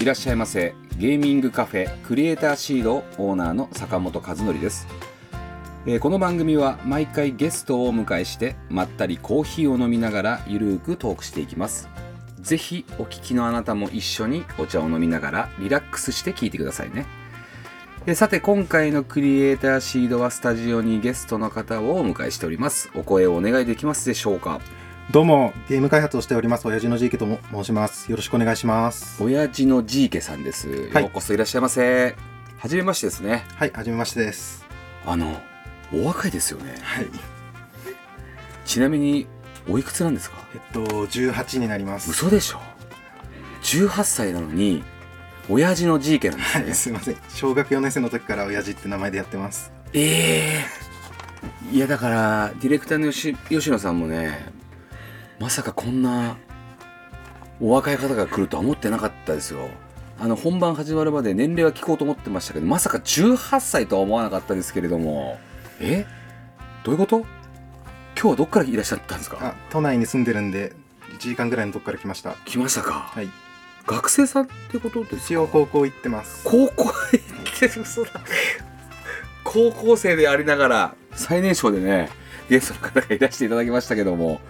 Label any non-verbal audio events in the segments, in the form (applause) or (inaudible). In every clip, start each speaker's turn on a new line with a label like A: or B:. A: いらっしゃいませゲーミングカフェクリエイターシードオーナーの坂本和則ですえーこの番組は毎回ゲストをお迎えしてまったりコーヒーを飲みながらゆるーくトークしていきますぜひお聞きのあなたも一緒にお茶を飲みながらリラックスして聞いてくださいねえーさて今回のクリエイターシードはスタジオにゲストの方をお迎えしておりますお声をお願いできますでしょうか
B: どうも、ゲーム開発をしております、親父のジーケとも申します。よろしくお願いします。
A: 親父のジーケさんです、
B: はい
A: ようこそいらっしゃいませはじめましてですね
B: はい、はじめましてです。
A: あのお若いですよね
B: はい、
A: ちなみにおいくつなんですか
B: えっと、18になります。
A: 嘘でしょ18歳なのに親父のジーケなん
B: はい、
A: ですね
B: すいません。小学4年生の時から親父って名前でやってます。
A: ええいやだからディレクターの吉吉野さんもねまさかこんなお若い方が来るとは思ってなかったですよあの本番始まるまで年齢は聞こうと思ってましたけどまさか18歳とは思わなかったですけれどもえどういうこと今日はどっからいらっしゃったんですか
B: あ、都内に住んでるんで、1時間ぐらいのとこから来ました。
A: 来ましたか、
B: はい、
A: 学生さんってことですか
B: 一応高校行ってます。 (laughs)
A: 高校へ行って嘘だ高校生でありながら最年少でねゲストの方がいらしていただきましたけども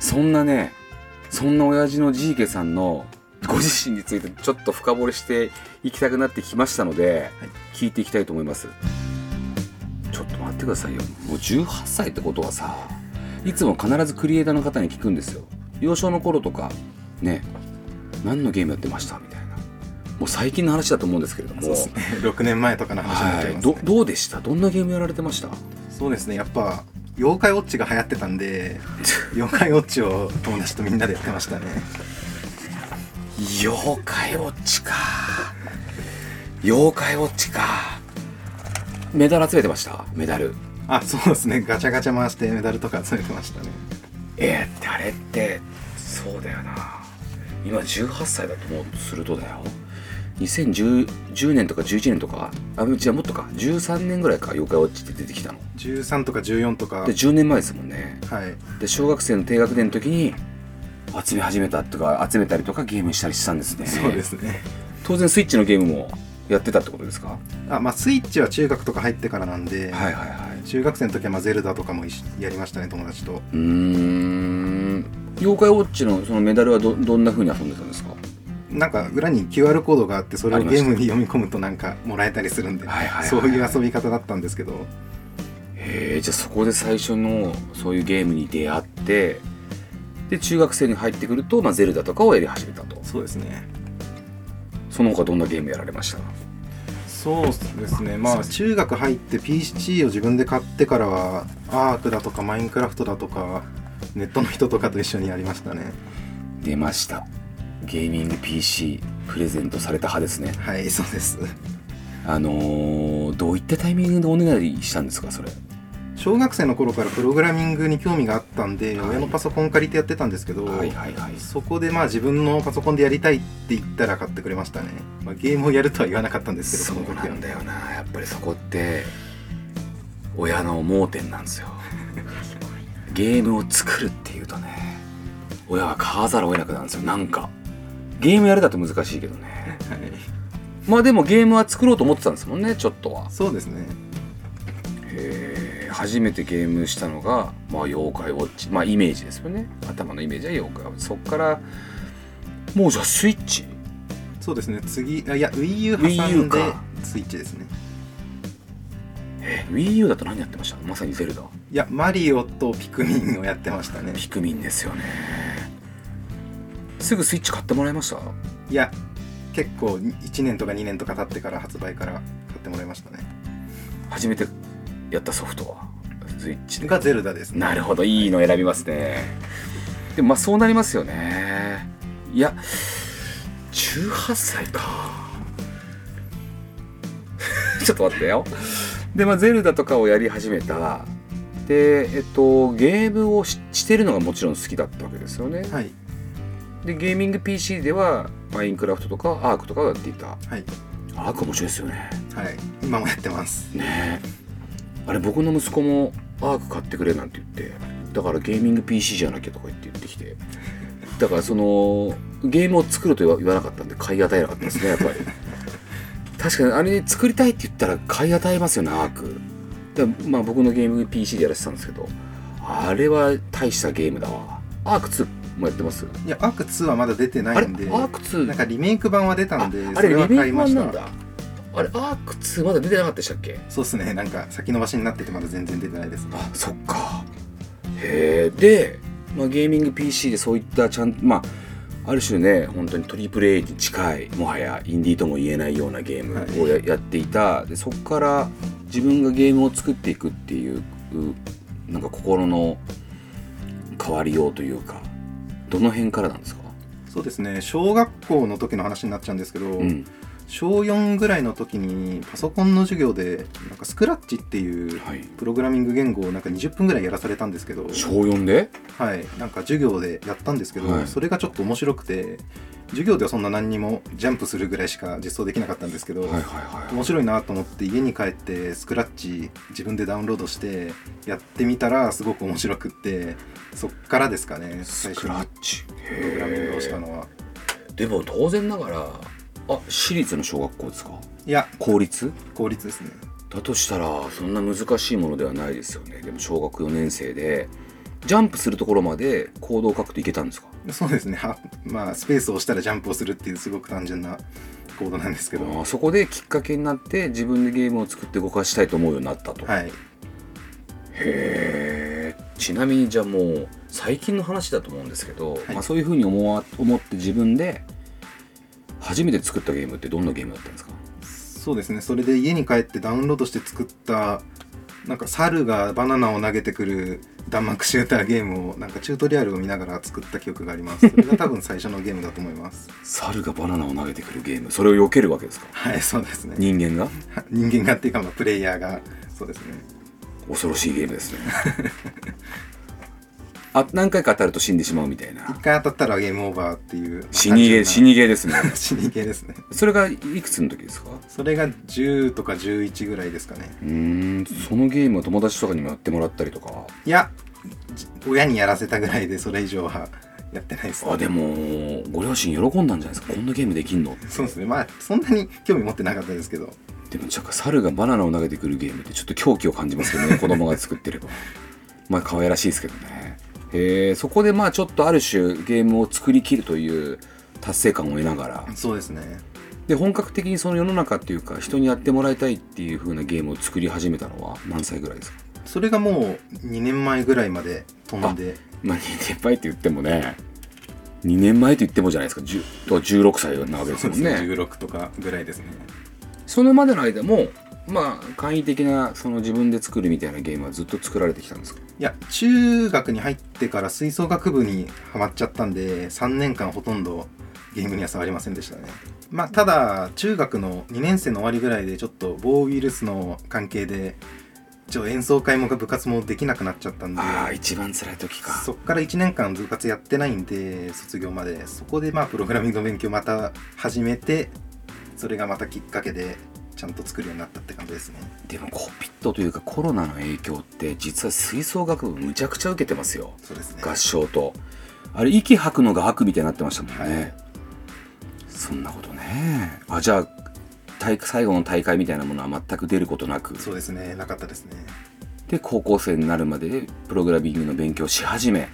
A: そんなねそんな親父のジーケさんのご自身についてちょっと深掘りしていきたくなってきましたので、
B: はい
A: 聞いていきたいと思いますちょっと待ってくださいよもう18歳ってことはさいつも必ずクリエイターの方に聞くんですよ幼少の頃とかね何のゲームやってましたみたいなもう最近の話だと思うんですけれども
B: そうですね。6年前とかの話になっち
A: は
B: ゃい
A: い、
B: ます、ね
A: どどうでしたどんなゲームやられてました
B: そうですね、やっぱ、妖怪ウォッチが流行ってたん (laughs) で、妖怪ウォッチを友達とみんなでやってましたね。
A: 妖怪ウォッチか妖怪ウォッチかメダル集めてましたメダル
B: あ、そうですね、ガチャガチャ回してメダルとか集めてましたね。
A: えー、ってあれってそうだよな今18歳だと思うとするとだよ2010 10年とか11年とかあうちはもっとか13年ぐらいか妖怪ウォッチって出てきたの
B: 13とか14とか
A: で、10年前ですもんね
B: はい。
A: で小学生の低学年の時に集め始めたとか集めたりとかゲームしたりしたんですね
B: そうですね。
A: 当然スイッチのゲームもやってたってことですか
B: あ、まあスイッチは中学とか入ってからなんで、
A: はいはいはい
B: 中学生の時はまあゼルダとかも一緒にやりましたね友達と。
A: うーん妖怪ウォッチのそのメダルはどどんな風に遊んでたんですか
B: なんか裏に QR コードがあってそれ
A: あ
B: を
A: りまし
B: ゲ
A: た
B: ームに読み込むとなんかもらえたりするんで、
A: はいはいはい
B: そういう遊び方だったんですけど、
A: へえじゃあそこで最初のそういうゲームに出会ってで中学生に入ってくると、まあ、ゼルダとかをやり始めたと
B: そうですね。
A: その他どんなゲームやられました
B: そうですね。まあ中学入って PC を自分で買ってからはアークだとかマインクラフトだとかネットの人とかと一緒にやりましたね。
A: 出ましたゲーミング PC プレゼントされた派ですね
B: はい、そうです。
A: あのーどういったタイミングでおねだりしたんですかそれ
B: 小学生の頃からプログラミングに興味があったんで、
A: はい
B: 親のパソコン借りてやってたんですけど、
A: はいはい
B: そこでまあ自分のパソコンでやりたいって言ったら買ってくれましたね、まあ、ゲームをやるとは言わなかったんです
A: そ
B: けど
A: う
B: の時
A: な
B: は
A: んだよなやっぱりそこって親の盲点なんですよゲームを作るっていうとね親は買わざるを得なくなるんですよなんかゲームやるだと難しいけどね
B: はい、
A: まあでもゲームは作ろうと思ってたんですもんねちょっとは
B: そうですね
A: へえ初めてゲームしたのが、まあ、妖怪ウォッチまあイメージですよね頭のイメージは妖怪ウォッチそっからもうじゃあスイッチ
B: そうですね次あいや WiiU 挟
A: WiiU
B: んで
A: か
B: スイッチですね
A: え WiiU だと何やってましたまさにゼルダ
B: いやマリオとピクミンをやってましたね
A: ピクミンですよねすぐスイッチ買ってもらいました
B: いや結構1年とか2年とか経ってから発売から買ってもらいましたね
A: 初めてやったソフトはスイッチで
B: がゼルダですね
A: なるほどいいの選びますねでもまあそうなりますよねいや18歳か (laughs) ちょっと待ってよでまあゼルダとかをやり始めたでえっとゲームをししてるのがもちろん好きだったわけですよね
B: はい
A: でゲーミング PC ではマインクラフトとかアークとかをやっていた
B: はい
A: アーク面白いですよね
B: はい今もやってます
A: ねえあれ僕の息子もアーク買ってくれなんて言ってだからゲーミング PC じゃなきゃとか言って言ってきてだからそのゲームを作るとは言わなかったんで買い与えなかったですねやっぱり確かにあれ作りたいって言ったら買い与えますよねアークでまあ僕のゲーム PC でやらせてたんですけどあれは大したゲームだわアーク2もやってます
B: いやアーク2はまだ出て
A: あ
B: な
A: れア
B: いんで
A: ーク2
B: なんかリメイク版は出たんで
A: ああ
B: そ
A: れリメ
B: れ
A: イ
B: は
A: ク
B: 買いま
A: 版
B: し
A: なん
B: た
A: だあれアーク2まだ出てなかったでしたっけ
B: そうですねなんか先延ばしになっててまだ全然出てないですね
A: あそっかへえで、まあ、ゲーミング PC でそういったちゃんまあある種ね本当にトリプル A に近いもはやインディーとも言えないようなゲームをや,、やっていたでそこから自分がゲームを作っていくっていううなんか心の変わりようというかどの辺からなんですか、
B: そうですね小学校の時の話になっちゃうんですけど、
A: うん、
B: 小4ぐらいの時にパソコンの授業でなんかスクラッチっていう
A: はい
B: プログラミング言語をなんか20分ぐらいやらされたんですけど
A: 小4で
B: はい、なんか授業でやったんですけど、
A: はい
B: それがちょっと面白くて授業ではそんな何にもジャンプするぐらいしか実装できなかったんですけど、
A: はいはいはい
B: 面白いなと思って家に帰ってスクラッチ自分でダウンロードしてやってみたらすごく面白くってそっからですかね
A: ス
B: 最初
A: ク
B: に
A: ラッチ
B: プログラミングをしたのは
A: でも当然ながらあ私立の小学校ですか
B: いや
A: 公立
B: 効率ですね
A: だとしたらそんな難しいものではないですよねでも小学4年生でジャンプするところまで行動を書くといけたんですか
B: そうですねはまあスペースを押したらジャンプをするっていうすごく単純なコードなんですけど
A: あ
B: は
A: ーそこできっかけになって自分でゲームを作って動かしたいと思うようになったと、へ
B: い
A: えちなみにじゃあもう最近の話だと思うんですけど、
B: い
A: まあ、そういうふうに思わ思って自分で初めて作ったゲームってどんなゲームだったんですか
B: そうですねそれで家に帰ってダウンロードして作ったなんか猿がバナナを投げてくる弾幕シューターゲームをなんかチュートリアルを見ながら作った記憶がありますそれが多分最初のゲームだと思います
A: 猿がバナナを投げてくるゲームそれを避けるわけですか
B: はいそうですね
A: 人間が
B: (laughs) 人間がっていうかまあプレイヤーがそうですね
A: 恐ろしいゲームですね (laughs) あ何回か当たると死んでしまうみたいな
B: 一回当たったらゲームオーバーっていう
A: 死にゲー死
B: に
A: にゲーですね
B: (laughs) 死にゲーですね
A: それがいくつの時ですか
B: それが10とか11ぐらいですかね
A: うーんそのゲームは友達とかにもやってもらったりとか
B: いやじ親にやらせたぐらいでそれ以上はやってないですね
A: あでもご両親喜んだんじゃないですかこんなゲームできんの
B: そうですねまあそんなに興味持ってなかったですけど
A: でもちょっと猿がバナナを投げてくるゲームってちょっと狂気を感じますけどね子供が作ってれば (laughs) まあ可愛らしいですけどねへえそこでまあちょっとある種ゲームを作りきるという達成感を得ながら
B: そうですね
A: で本格的にその世の中っていうか人にやってもらいたいっていう風なゲームを作り始めたのは何歳ぐらいですか
B: それがもう2年前ぐらいまで飛んで
A: まあ2年前って言ってもね2年前と言ってもじゃないですか10と16歳なわけですもんね
B: 16とかぐらいですね
A: そのまでの間もまあ簡易的なその自分で作るみたいなゲームはずっと作られてきたんですか
B: いや中学に入ってから吹奏楽部にはまっちゃったんで3年間ほとんどゲームには触りませんでしたねまあただ中学の2年生の終わりぐらいでちょっとボーウイルスの関係で一応演奏会も部活もできなくなっちゃったんで
A: ああ一番辛い時か
B: そっから1年間部活やってないんで卒業までそこでまあプログラミングの勉強また始めてそれがまたきっかけでちゃんと作るようになったって感じですね
A: でもコピットというかコロナの影響って実は吹奏楽部むちゃくちゃ受けてますよ
B: そうですね
A: 合唱とあれ息吐くのが吐くみたいになってましたもんね、
B: はい
A: そんなことねあじゃあ体育最後の大会みたいなものは全く出ることなく
B: そうですねなかったですね
A: で高校生になるまででプログラミングの勉強をし始め
B: は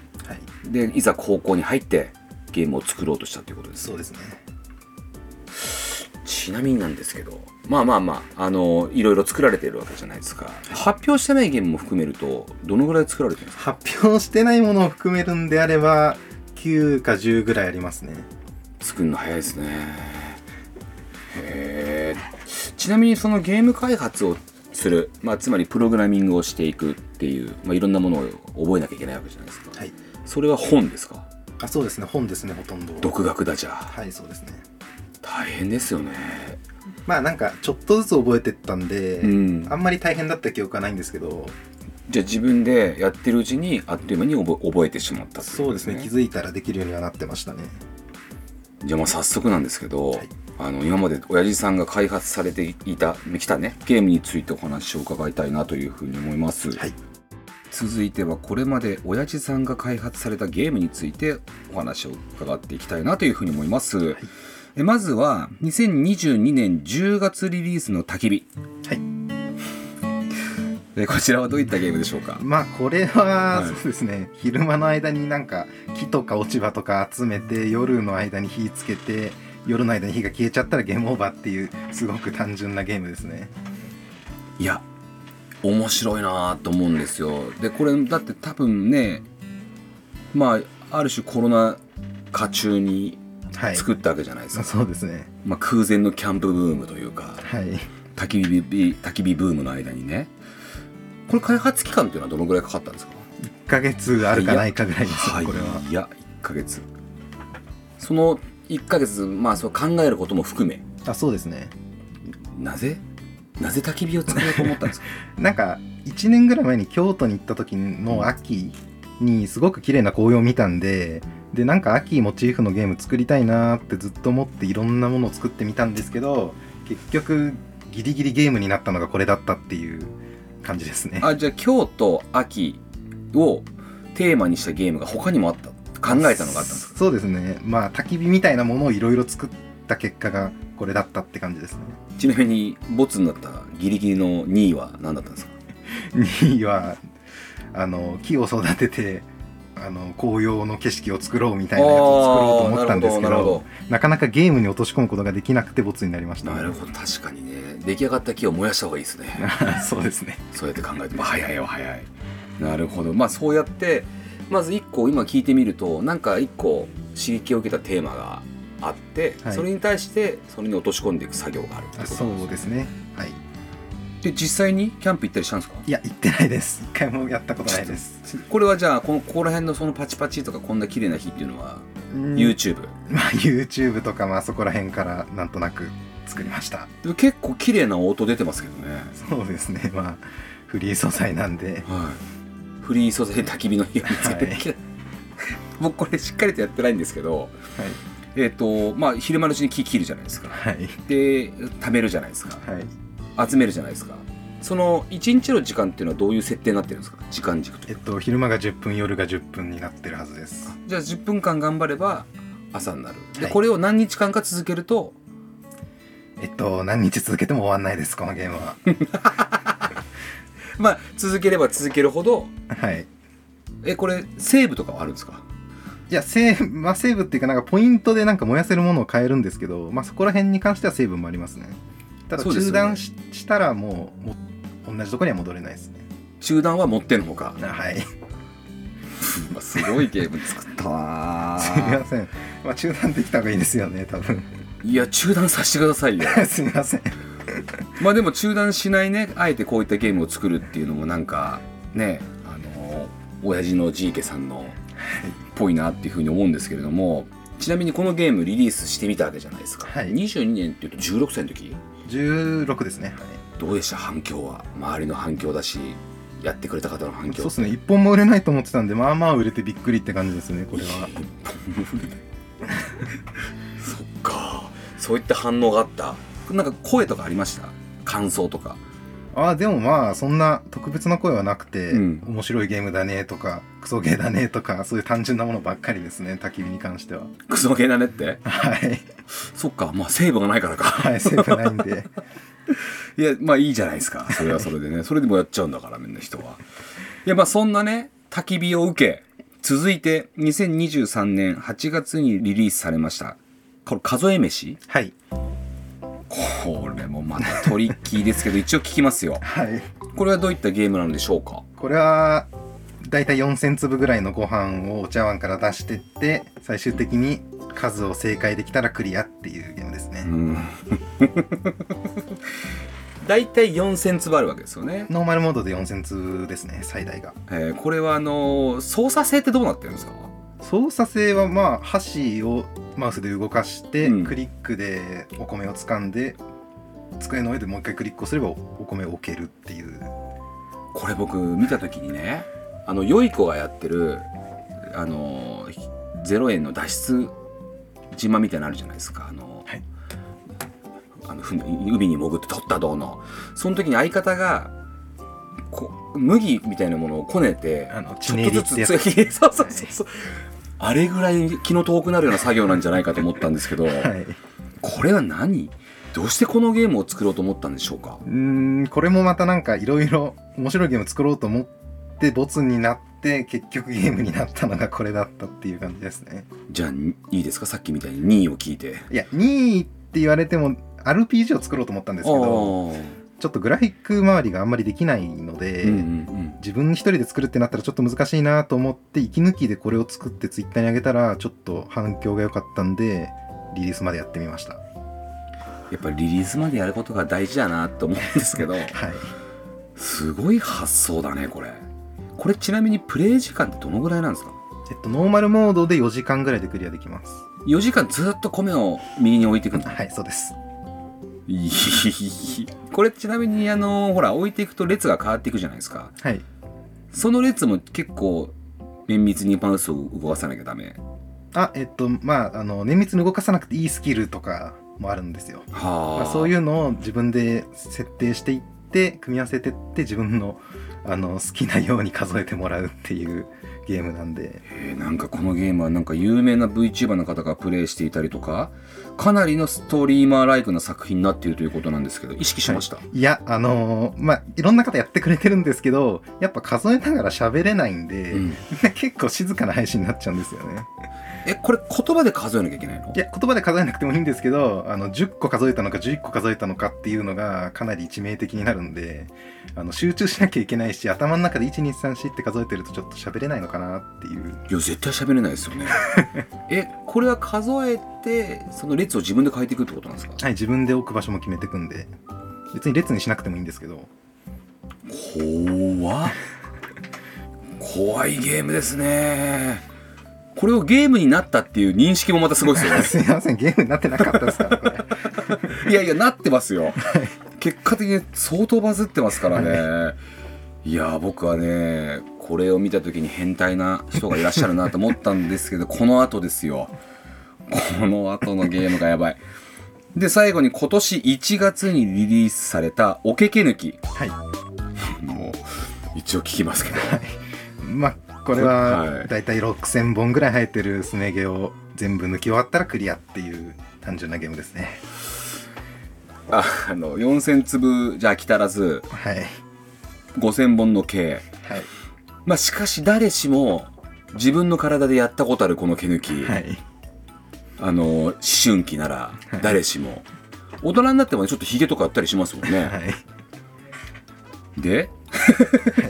B: い
A: でいざ高校に入ってゲームを作ろうとしたということです
B: そうですね
A: ちなみになんですけどまあまあまああのいろいろ作られてるわけじゃないですか発表してないゲームも含めるとどのぐらい作られてるんですか
B: 発表してないものを含めるんであれば9か10ぐらいありますね
A: 作るの早いですねへえちなみにそのゲーム開発をする、まあ、つまりプログラミングをしていくっていう、まあ、いろんなものを覚えなきゃいけないわけじゃないですか、
B: はい
A: それは本ですか
B: あそうですね本ですねほとんど
A: 独学だじゃあ
B: はいそうですね
A: 大変ですよね
B: まあなんかちょっとずつ覚えてったんで、
A: うん
B: あんまり大変だった記憶はないんですけど
A: じゃあ自分でやってるうちにあっという間に覚え覚えてしまったとい
B: そうですね気づいたらできるようにはなってましたね
A: じゃあまあ早速なんですけど、
B: はい
A: あの今まで親父さんが開発されていたきたねゲームについてお話を伺いたいなというふうに思います、
B: はい
A: 続いてはこれまで親父さんが開発されたゲームについてお話を伺っていきたいなというふうに思います、えまずは2022年10月リリースの焚き火
B: はい
A: えこちらはどういったゲームでしょうか
B: まあこれは
A: はい
B: そうですね、昼間の間になんか木とか落ち葉とか集めて夜の間に火つけて夜の間に火が消えちゃったらゲームオーバーっていうすごく単純なゲームですね
A: いや面白いなと思うんですよでこれだって多分ねまあある種コロナ禍中に
B: はい
A: 作ったわけじゃないですか、
B: そうですね
A: まあ、空前のキャンプブームというか
B: はい
A: 焚き火ビ焚き火ブームの間にねこれ開発期間というのはどのぐらいかかったんですか
B: 1ヶ月あるかないかぐらいです
A: は
B: よ
A: い
B: これはい
A: や1ヶ月その1ヶ月、まあ、そう考えることも含め
B: あそうですね
A: なぜなぜ焚き火を作ろうと思ったん (laughs) ですか
B: なんか1年ぐらい前に京都に行った時の秋にすごく綺麗な紅葉を見たんででなんか秋モチーフのゲーム作りたいなーってずっと思っていろんなものを作ってみたんですけど結局ギリギリゲームになったのがこれだったっていう感じですね
A: あじゃあ京都秋をテーマにしたゲームが他にもあった考えたのがあったんですか
B: そうですねまあ焚き火みたいなものをいろいろ作った結果がこれだったって感じですね
A: ちなみにボツになったギリギリの2位は何だったんですか
B: 2位はあの木を育ててあの紅葉の景色を作ろうみたいなやつを作ろうと思ったんですけ
A: あーなるほどなる
B: ど
A: ほど
B: なかなかゲームに落とし込むことができなくてボツになりました、
A: なるほど確かにね出来上がった木を燃やした方がいいですね
B: そうですね。
A: そうやって考えても早いは早いなるほどまあそうやってまず一個今聞いてみるとなんか一個刺激を受けたテーマがあって、
B: はい
A: それに対してそれに落とし込んでいく作業があるってこと
B: そうですね。はい。
A: で実際にキャンプ行ったりしたんですか
B: いや、行ってないです。一回もやったことないです。
A: これはじゃあこのここら辺のそのパチパチとかこんな綺麗な日っていうのは
B: うん
A: YouTube、
B: まあ、YouTube とか、まあ、そこら辺からなんとなく作りました。
A: でも結構綺麗な音出てますけどね
B: そうですね。まあ、フリー素材なんで。
A: はい、フリー素材で焚き火の火を見つけて、
B: はい
A: (laughs) 僕これしっかりとやってないんですけど、えっ、とまあ昼間のうちに木切るじゃないですか
B: はい。はい。
A: で貯めるじゃないですか
B: はい。
A: 集めるじゃないですかその1日の時間っていうのはどういう設定になってるんですか時間軸と
B: えっと、昼間が10分、夜が10分になってるはずです。
A: じゃあ10分間頑張れば朝になるで、
B: はい
A: これを何日間か続けると
B: えっと、何日続けても終わんないです、このゲームは。 (laughs)
A: まあ続ければ続けるほど
B: はい。
A: えこれセーブとかはあるんですか
B: いや、セーブ、まあ、セーブっていうか、なんかポイントでなんか燃やせるものを変えるんですけど、まあ、そこら辺に関しては成分もありますね。ただ、
A: そうですよ
B: 中
A: ね
B: 断し,、たらもう、もう同じとこには戻れないですね。
A: 中断は持ってんのほか
B: あはい。す
A: すごいゲーム作ったな
B: みません。まあ、中断できた方がいいですよね、多分。
A: (laughs)
B: (laughs)
A: いや中断させてくださいよ
B: すみません。
A: まあでも中断しないねあえてこういったゲームを作るっていうのもなんかねあの親父のジーケさんのっぽいなっていうふうに思うんですけれどもちなみにこのゲームリリースしてみたわけじゃないですか、
B: はい
A: 22年っていうと16歳の時
B: 16ですね。はい
A: どうでした反響は周りの反響だしやってくれた方の反
B: そ
A: 響
B: うですね。一本も売れないと思ってたんで、まあまあ売れてびっくりって感じですね、これは。
A: (laughs) そっかそういった反応があったなんか声とかありました感想とか
B: ああ、でもまあ、そんな特別な声はなくて、
A: うん
B: 面白いゲームだねとか、クソゲーだねとか、そういう単純なものばっかりですね、焚き火に関しては。
A: クソゲーだねって
B: はい。
A: そっかまあセーブがないからか
B: はい、セーブないん
A: (laughs)
B: で。
A: いやまあいいじゃないですかそれはそれでねそれでもやっちゃうんだからみんな人はいやまあそんなね焚き火を受け続いて2023年8月にリリースされましたこれ数え飯
B: はい。
A: これもまたトリッキーですけど一応聞きますよ
B: はい。
A: これはどういったゲームなのでしょうか
B: これは、だいたい4000粒ぐらいのご飯をお茶碗から出してって、最終的に数を正解できたらクリアっていうゲームです
A: う
B: ね。
A: ん (laughs) 大体4,000粒あるわけですよね、
B: ノーマルモードで4000粒ですね、最大が。
A: えーこれはあのー操作性ってどうなってるんですか
B: 操作性はまあ箸をマウスで動かして、
A: うん
B: クリックでお米を掴んで机の上でもう一回クリックをすればおお米を置けるっていう
A: これ僕見た時にねあの良い子がやってるあの0円の脱出島みたいなのあるじゃないですかあの、
B: はい
A: あの船海に潜って取ったどうのその時に相方がこ麦みたいなものをこねて
B: あの
A: ち
B: 地
A: ょっ
B: ねり
A: と
B: っ
A: ず
B: てや
A: つ
B: つ
A: つ (laughs) そうそうそうそうあれぐらい気の遠くなるような作業なんじゃないかと思ったんですけど、
B: (laughs) はい、う
A: これは何どうしてこのゲームを作ろうと思ったんでしょうか
B: ーんこれもまたなんかいろいろ面白いゲーム作ろうと思ってボツになって結局ゲームになったのがこれだったっていう感じですね
A: じゃあにいいですかさっきみたいに2位を聞いて。
B: いや2位って言われても RPG を作ろうと思ったんですけど
A: おー
B: ちょっとグラフィック周りがあんまりできないので、
A: うんうん
B: 自分一人で作るってなったらちょっと難しいなと思って息抜きでこれを作ってツイッターに上げたらちょっと反響が良かったんでリリースまでやってみましたは
A: うん、やっぱりリリースまでやることが大事だなと思うんですけど
B: い
A: すごい発想だねこれこれちなみにプレイ時間ってどのぐらいなんですか
B: えっとノーマルモードで4時間ぐらいでクリアできます
A: 4時間ずっと米を右に置い
B: (laughs)
A: ていくんだ
B: はいそうです
A: いいこれちなみにあのほら置いていくと列が変わっていくじゃないですか
B: はい
A: その列も結構綿密にマウスを動かさなきゃダメ
B: あえっとまああの綿密に動かさなくていいスキルとかもあるんですよ
A: は
B: まあ、そういううのを自分で設定していって組み合わせてって自分のあの好きなように数えてもらうっていうゲームなんで
A: えーなんかこのゲームはなんか有名な VTuber の方がプレイしていたりとかかなりのストリーマーライクな作品になっているということなんですけど意識しました、
B: いやあのーまあいろんな方やってくれてるんですけどやっぱ数えながら喋れないんで、
A: うん
B: (laughs) 結構静かな配信になっちゃうんですよね
A: えこれ言葉で数えなきゃいけないの
B: いや言葉で数えなくてもいいんですけどあの10個数えたのか11個数えたのかっていうのがかなり致命的になるんであの集中しなきゃいけないし頭の中で1234って数えてるとちょっと喋れないのかなっていう
A: いや絶対喋れないですよ (laughs) ねえこれは数えてその列を自分で変えていくってことなんですか
B: はい、自分で置く場所も決めてくんで別に列にしなくてもいいんですけど (laughs)
A: 怖っ怖いゲームですねこれをゲームになったっていう認識もまたすごいですよね
B: すいませんゲームになってなかったですからこれ
A: いやいやなってますよ結果的に相当バズってますからねいや僕はねこれを見た時に変態な人がいらっしゃるなと思ったんですけど (laughs) この後ですよこの後のゲームがやばいで最後に今年1月にリリースされた「おけけ抜き
B: はい」
A: もう一応聞きますけど
B: まあこれ
A: は
B: はいだいたい6000本ぐらい生えてるスネ毛を全部抜き終わったらクリアっていう単純なゲームですね
A: ああの4,000粒じゃ飽き足らず
B: はいはい
A: 5,000本の計まあしかし誰しも自分の体でやったことあるこの毛抜き、
B: はい
A: あの思春期なら
B: はい
A: 誰しも、大人になってもねちょっとヒゲとかやったりしますもんね、
B: はい
A: で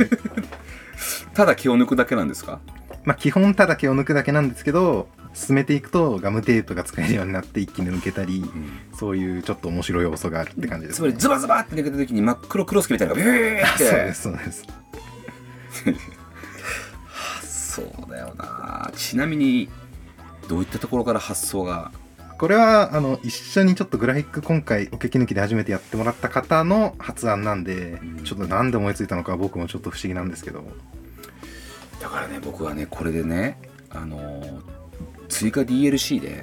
A: (laughs) ただ毛を抜くだけなんですか
B: まあ基本ただ毛を抜くだけなんですけど進めていくとガムテープが使えるようになって一気に抜けたりそういうちょっと面白い要素があるって感じです
A: つま
B: ね
A: りズバズバって抜けた時に真っ黒クロスケみたいなのがビューっ
B: あ
A: て
B: (laughs) そうですそうです
A: そうだよなちなみにどういったところから発想が
B: これはあの一緒にちょっとグラフィック今回おけき抜きで初めてやってもらった方の発案なんで、
A: ん
B: ちょっと何で思いついたのかは僕もちょっと不思議なんですけど
A: だからね僕はねこれでねあのー追加 DLC でやっ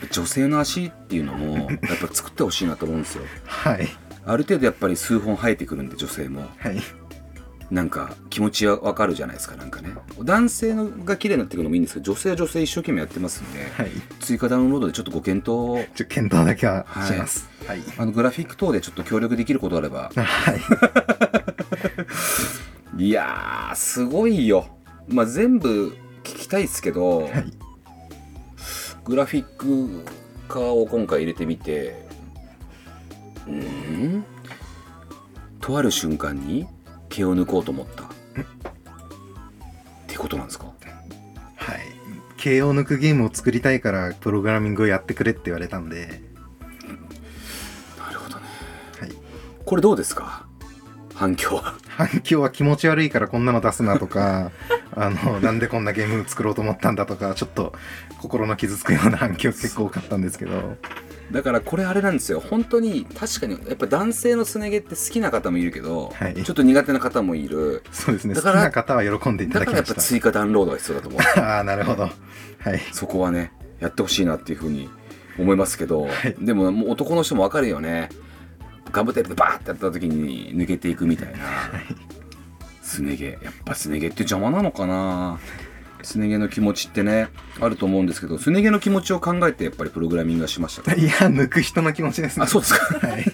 A: ぱ女性の足っていうのもやっぱ作ってほしいなと思うんですよ
B: はい
A: ある程度やっぱり数本生えてくるんで女性も
B: はい
A: なんか気持ちはわかるじゃないですかなんかね男性のが綺麗になってくるのもいいんですけど女性は女性一生懸命やってますんで
B: はい
A: 追加ダウンロードでちょっとご検討を
B: ちょ検討だけはしますはい
A: あのグラフィック等でちょっと協力できることあれば
B: はい、
A: いやーすごいよまあ全部聞きたいですけど、
B: はい
A: グラフィック化を今回入れてみてうーんとある瞬間に毛を抜こうと思ったってことなんですか
B: はい、毛を抜くゲームを作りたいからプログラミングをやってくれって言われたんで
A: なるほどね
B: はい
A: これどうですか反響は (laughs)
B: 反響は気持ち悪いからこんなの出すなとかああのなんでこんなゲーム作ろうと思ったんだとかちょっと心の傷つくような反響結構多かったんですけど
A: だからこれあれなんですよ本当に確かにやっぱ男性のすね毛って好きな方もいるけど、
B: はい
A: ちょっと苦手な方もいる
B: そうですね
A: だ
B: 好き
A: から
B: な方は喜んでいた
A: だ
B: だ
A: か
B: き
A: らや
B: ま
A: っぱ
B: し
A: 追加ダウンロードが必要だと思う
B: たああなるほどはい
A: そこはねやってほしいなっていうふうに思いますけど、
B: はい
A: でももう男の人もわかるよねガムテープでバーってやった時に抜けていくみたいなすね毛やっぱすね毛って邪魔なのかなすね毛の気持ちってねあると思うんですけどすね毛の気持ちを考えてやっぱりプログラミングはしましたか
B: いや抜く人の気持ちですね
A: あそうですか (laughs)
B: はい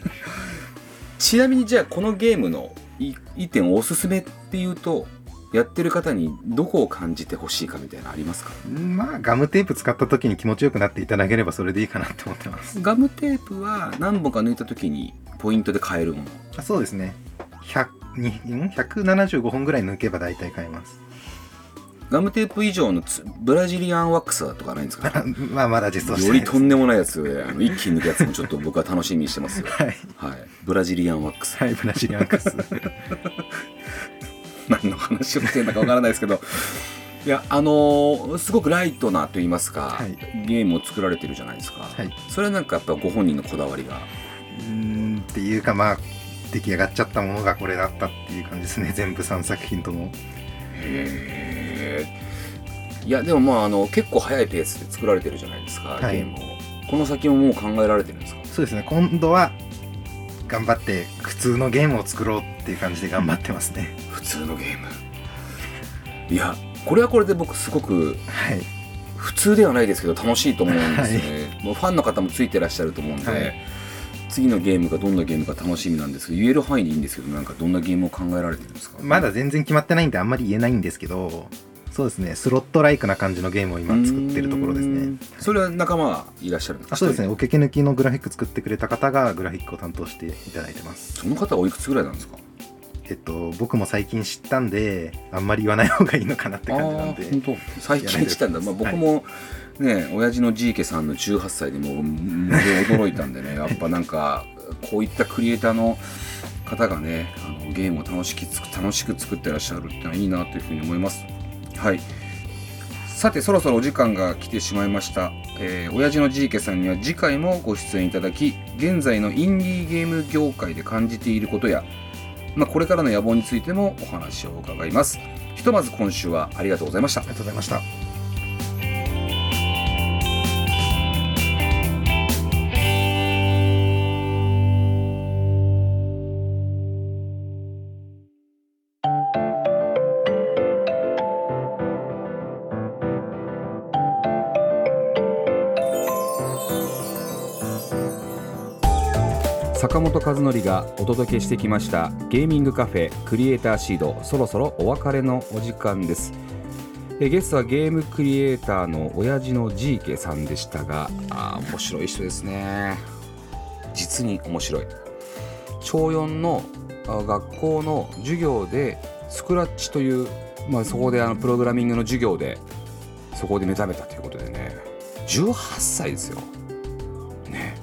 A: ちなみにじゃあこのゲームのい一点おすすめっていうとやってる方にどこを感じてほしいかみたいなのありますか
B: まあガムテープ使った時に気持ちよくなっていただければそれでいいかなって思ってます
A: ガムテープは何本か抜いた時にポイントで買えるもの
B: (laughs) あそうですね100にん175本ぐらい抜けば大体買えます
A: ガムテープ以上のつブラジリアンワックスとかないんですか
B: (laughs) あまあまだ実装して
A: よ
B: な
A: り
B: いで
A: と
B: す
A: んでもないやつであの一気に抜くやつもちょっと僕は楽しみにしてますよ
B: はい
A: はいブラジリアンワックス (laughs)
B: はいブラジリアンカ (laughs) ス
A: 何の話をしてるのかわからないですけどいやあのーすごくライトなと言いますか、
B: はい
A: ゲームを作られてるじゃないですか、
B: はい
A: それはなんかやっぱご本人のこだわりが
B: うーんっていうかまあ出来上がっちゃったものがこれだったっていう感じですね (laughs) 全部3作品とも
A: へえいやでもまああの結構早いペースで作られてるじゃないですか、
B: はい
A: ゲームをこの先ももう考えられてるんですか
B: そうですね今度は頑張って普通のゲームを作ろうっていう感じで頑張ってますね
A: 普通のゲームいやこれはこれで僕すごく
B: (laughs) はい
A: 普通ではないですけど楽しいと思うんですね、もうファンの方もついてらっしゃると思うんで、
B: はい
A: 次のゲームがどんなゲームか楽しみなんですけど言える範囲でいいんですけどなんかどんなゲームを考えられてるんですか
B: まだ全然決まってないんであんまり言えないんですけどそうですねスロットライクな感じのゲームを今作ってるところです
A: うー
B: ね
A: んそれは仲間はいらっしゃるんですか
B: あそうですねおけけ抜きのグラフィック作ってくれた方がグラフィックを担当していただいてます
A: その方はおいくつぐらいなんですか
B: えっと僕も最近知ったんであんまり言わない方がいいのかなって感じなん
A: あ
B: で
A: ー本当最近知ったんだ、まあ、
B: やら
A: 僕
B: れてる
A: もね親父のジーケさんの18歳でもううん驚いたんで
B: (laughs)
A: ねやっぱなんかこういったクリエイターの方がねあのゲームを楽しきつく楽しく作ってらっしゃるってのはいいなというふうに思いますはいさてそろそろお時間が来てしまいました、えー、親父のジーケさんには次回もご出演いただき現在のインディーゲーム業界で感じていることや、まあ、これからの野望についてもお話を伺いますひとまず今週はありがとうございました
B: ありがとうございました
A: 坂本和則がお届けしてきましたゲーミングカフェクリエイターシードそろそろお別れのお時間ですえゲストはゲームクリエイターの親父のジーケさんでしたがあー面白い人ですね実に面白い小4のあ学校の授業でスクラッチという、まあ、そこであのプログラミングの授業でそこで目覚めたということでね18歳ですよね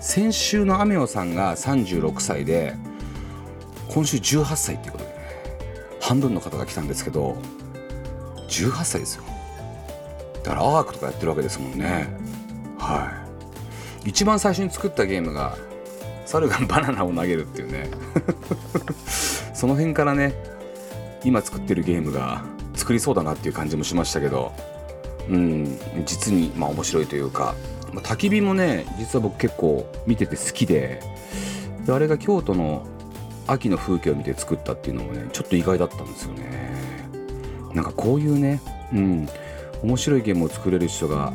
A: 先週のアメオさんが36歳で今週18歳っていうことでね半分の方が来たんですけど18歳ですよだからアークとかやってるわけですもんねはい一番最初に作ったゲームが猿がバナナを投げるっていうね (laughs) その辺からね今作ってるゲームが作りそうだなっていう感じもしましたけどうん実にまあ面白いというか、まあ、焚き火もね実は僕結構見てて好きでであれが京都の秋の風景を見て作ったっていうのもねちょっと意外だったんですよねなんかこういうねうん面白いゲームを作れる人が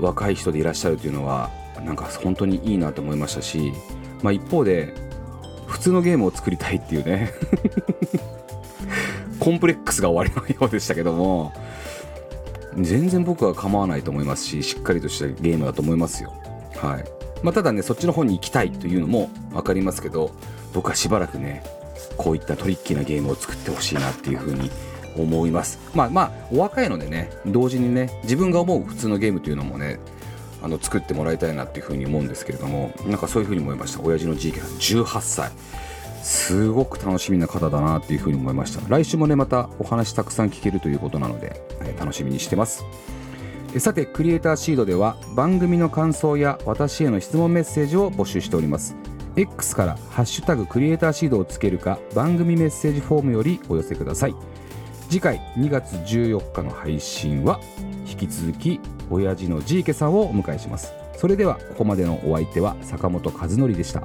A: 若い人でいらっしゃるというのはなんか本当にいいなと思いましたし、まあ、一方で普通のゲームを作りたいっていうね (laughs) コンプレックスが終わりのようでしたけども全然僕は構わないと思いますししっかりとしたゲームだと思いますよ。はいまあ、ただねそっちの方に行きたいというのも分かりますけど僕はしばらくねこういったトリッキーなゲームを作ってほしいなっていうふうに思いますまあまあお若いのでね同時にね自分が思う普通のゲームというのもねあの作ってもらいたいなっていうふうに思うんですけれどもなんかそういうふうに思いました親父の GK さん18歳すごく楽しみな方だなっていうふうに思いました来週もねまたお話たくさん聞けるということなので、えー楽しみにしてますえさてクリエイターシードでは番組の感想や私への質問メッセージを募集しております X から「ハッシュタグクリエイターシード」をつけるか番組メッセージフォームよりお寄せください次回2月14日の配信は引き続き親父のジーケさんをお迎えしますそれではここまでのお相手は坂本和則でした